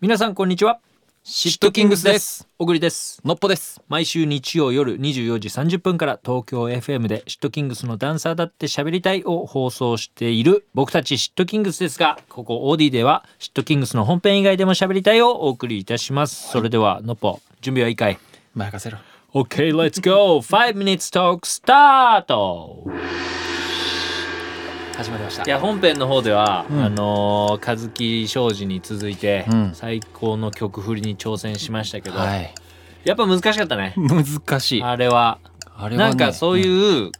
皆さんこんにちはシットキングスです小栗ですのっぽです毎週日曜夜24時30分から東京 FM でシットキングスのダンサーだって喋りたいを放送している僕たちシットキングスですがここオーディではシットキングスの本編以外でも喋りたいをお送りいたしますそれではのっぽ準備はいいかい任せろ OK let's go 5 minutes talk start 始まりましたいや本編の方では、んあのー和樹庄司に続いて、うん最高の曲振りに挑戦しましたけど、はいやっぱ難しかったね難しいああれはれはねなんかそういうう、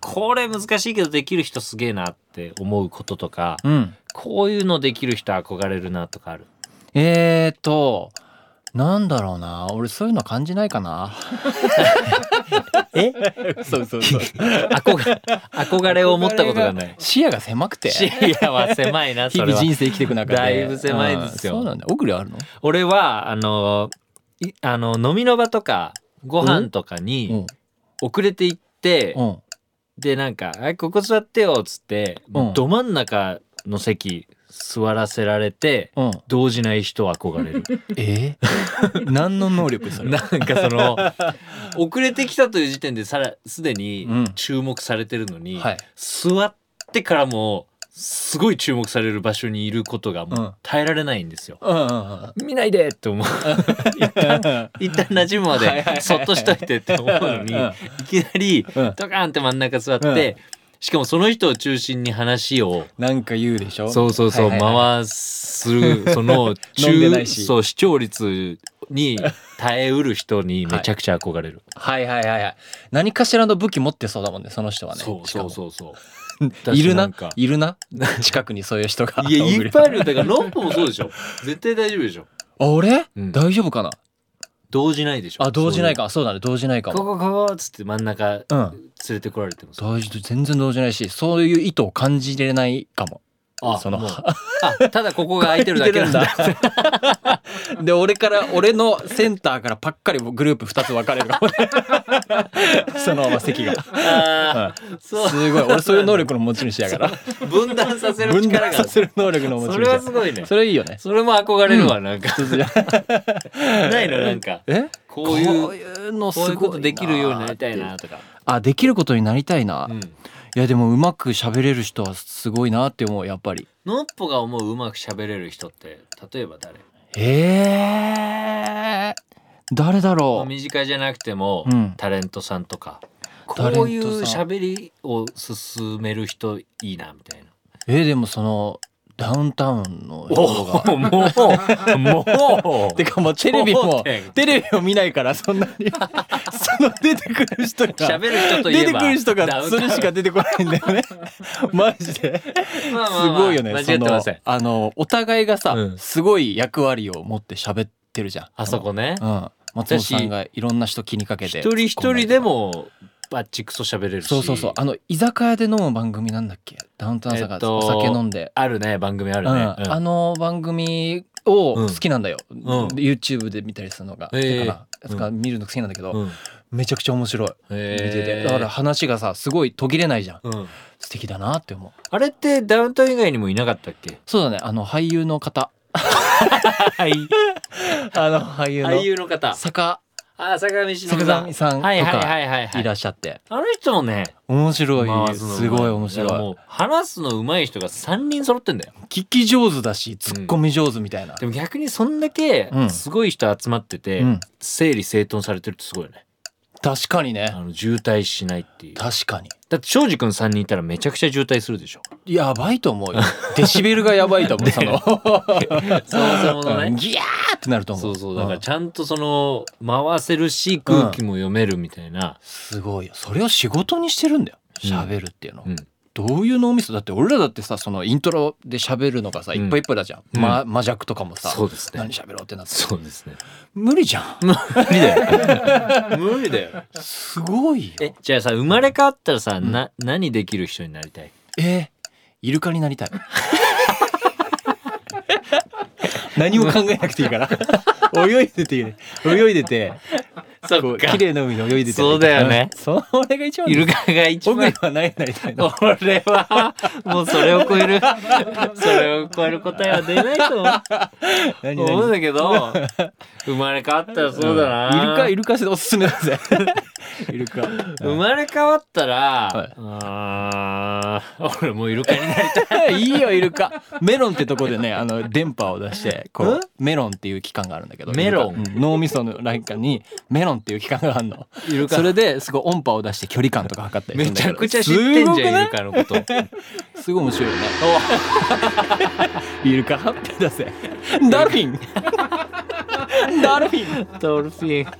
これ難しいけどできる人すげえなって思うこととか、ん、うんこういうのできる人憧れるなとかあるえーとなんだろうな俺そういうの感じないかなえそうそうそう 憧憧れを持ったことがない視野が狭くて視野は狭いな 日それ々は人生生きていく中でだいぶ狭いですようんそうなんだ奥りあるの俺はあのいあの飲みの場とかご飯とかに遅れて行って、うんうんでなんか「あここ座ってよ」っつって、うんど真ん中の席座らせられてうん動じない人は憧れる えー何の能力それなんはかそ の遅れてきたという時点でさらすでにうん注目されてるのに、はい座ってからもすごい注目される場所にいることがもうんう耐えられないんですよ。うんうん見ないでって思ううん 一旦馴染むまはいはいはいはでいそっとしといてって思うのにうんいきなりうんドカーンって真ん中座って、うんしかもその人を中心に話をなんか言うでしょそうそうそう、はいはいは回 すその飲んでな中いしそう視聴率に耐えうる人にめちゃくちゃ憧れる、はいはいはいはい何かしらの武器持ってそうだもんねその人はねそうしかそもうそうそう私いるななん かいるな近くにそういう人がいやい っぱいあるるよだからノンポもそうでし ょ絶対大丈夫でしょ俺、うん大丈夫かな動じないでしょあ動じないかそうだね動じないかそういうこもこここっつって真ん中連うんれてこられてもさ大丈夫全然動じないしそういう意図を感じれないかもあそ のもうあただここが空いてるだけなんだ で俺から俺のセンターからパッカリグループ2つ分かれるかも ねそのまま席が、あうーん、そすごい俺そういう能力の持ち主やかう分断させらる分力断がさせる能力の持ちそ主れやはすごいねそれいいよねそれも憧れるわなんか ないのなんかえこういういうのこういうことできるようになりたいなとか。あできることになりたいな、ういん。やでもうまく喋れる人はすごいなって思うやっぱりのっぽが思ううまく喋れる人って例えば誰？えー、誰だまあろう身近じゃなくても、うんタレントさんとか。こタレントさんういう喋りを進める人いいなみたいな。えー、でもそのダウンタウンの 人がおもう もうてかもうテレビ頂も点テレビを見ないからそんな にその出てくる人が喋る人とい出えてばくる人ダウがンタそウンれしか出てこないん だよねマジでまあまあすまあごいよね。間違ってませんその。あのお互いがさ、うんすごい役割を持って喋ってるじゃん。あそこねう。ん。松本さんがいろんな人気にかけて一人一人でもバッチクソ喋れるし。そうそうそうあの居酒屋で飲む番組なんだっけダウンタウンさんえっがとお酒飲んで、あるね番組あるね。うんうんあの番組を好きなんだよ、ん YouTube で見たりするのが、ええてかうなんつか見るの好きなんだけど、うんめちゃくちゃ面白い見てて、へーだから話がさすごい途切れないじゃんうん素敵だなって思うあれってダウンタウン以外にもいなかったっけそうだねあの俳優の方はい。 あの俳優の俳優の方。坂あ、坂上忍坂上さんとかはいはいはいはい、はいらっしゃってあの人もね、面白回いのうますごい面白だからいもう話すの上手い人が3人揃ってんだよ。聞き上手だしツッコミ上手みたいな、でも逆にそんだけうんすごい人集まってて、うん整理整頓されてるってすごいよね。確かにねあの渋滞しないっていう。確かにだって庄司君3人いたらめちゃくちゃ渋滞するでしょ。やばいと思うよデシベルがやばいと思う そのそもそものうんね。ギャーってなると思 そううそうだからんちゃんとその回せるし空気も読めるみたいな、すごいよそれを仕事にしてるんだようん喋るっていうの、うんどういう脳みそだって俺らだってさそのイントロで喋るのがさ、うんいっぱいいっぱいだじゃん、うんま、魔弱とかもさそうですね何喋ろうってなってそうですね無理じゃん無理だよ 無理だよすごいよえじゃあさ生まれ変わったらさ、んな何できる人になりたいえーイルカになり たい 何も考えなくていいから泳いでて泳いでてそこっうか綺麗な海に泳いでてそうだよねそれが一番イルカが一僕番にはないないみたいな俺はもうそれを超えるそれを超える答えは出ないと何々思うんだけど生まれ変わったらそうだな、イルカイルカおすす めだぜイルカ生まれ変わったらい、あー俺もうイルカになりたい いいよイルカメロンってとこでねあの電波を出してこうメロンっていう器官があるんだけどメロンイカうん脳みその中にメロンっていう器官があるのイルカそれですごい音波を出して距離感とか測ったりすめるんだちけゃどくちゃ知ってんじゃん、イすルカのことごくすごい面白いよね イル カハッピーだぜダルフィンダルフィンドルフィン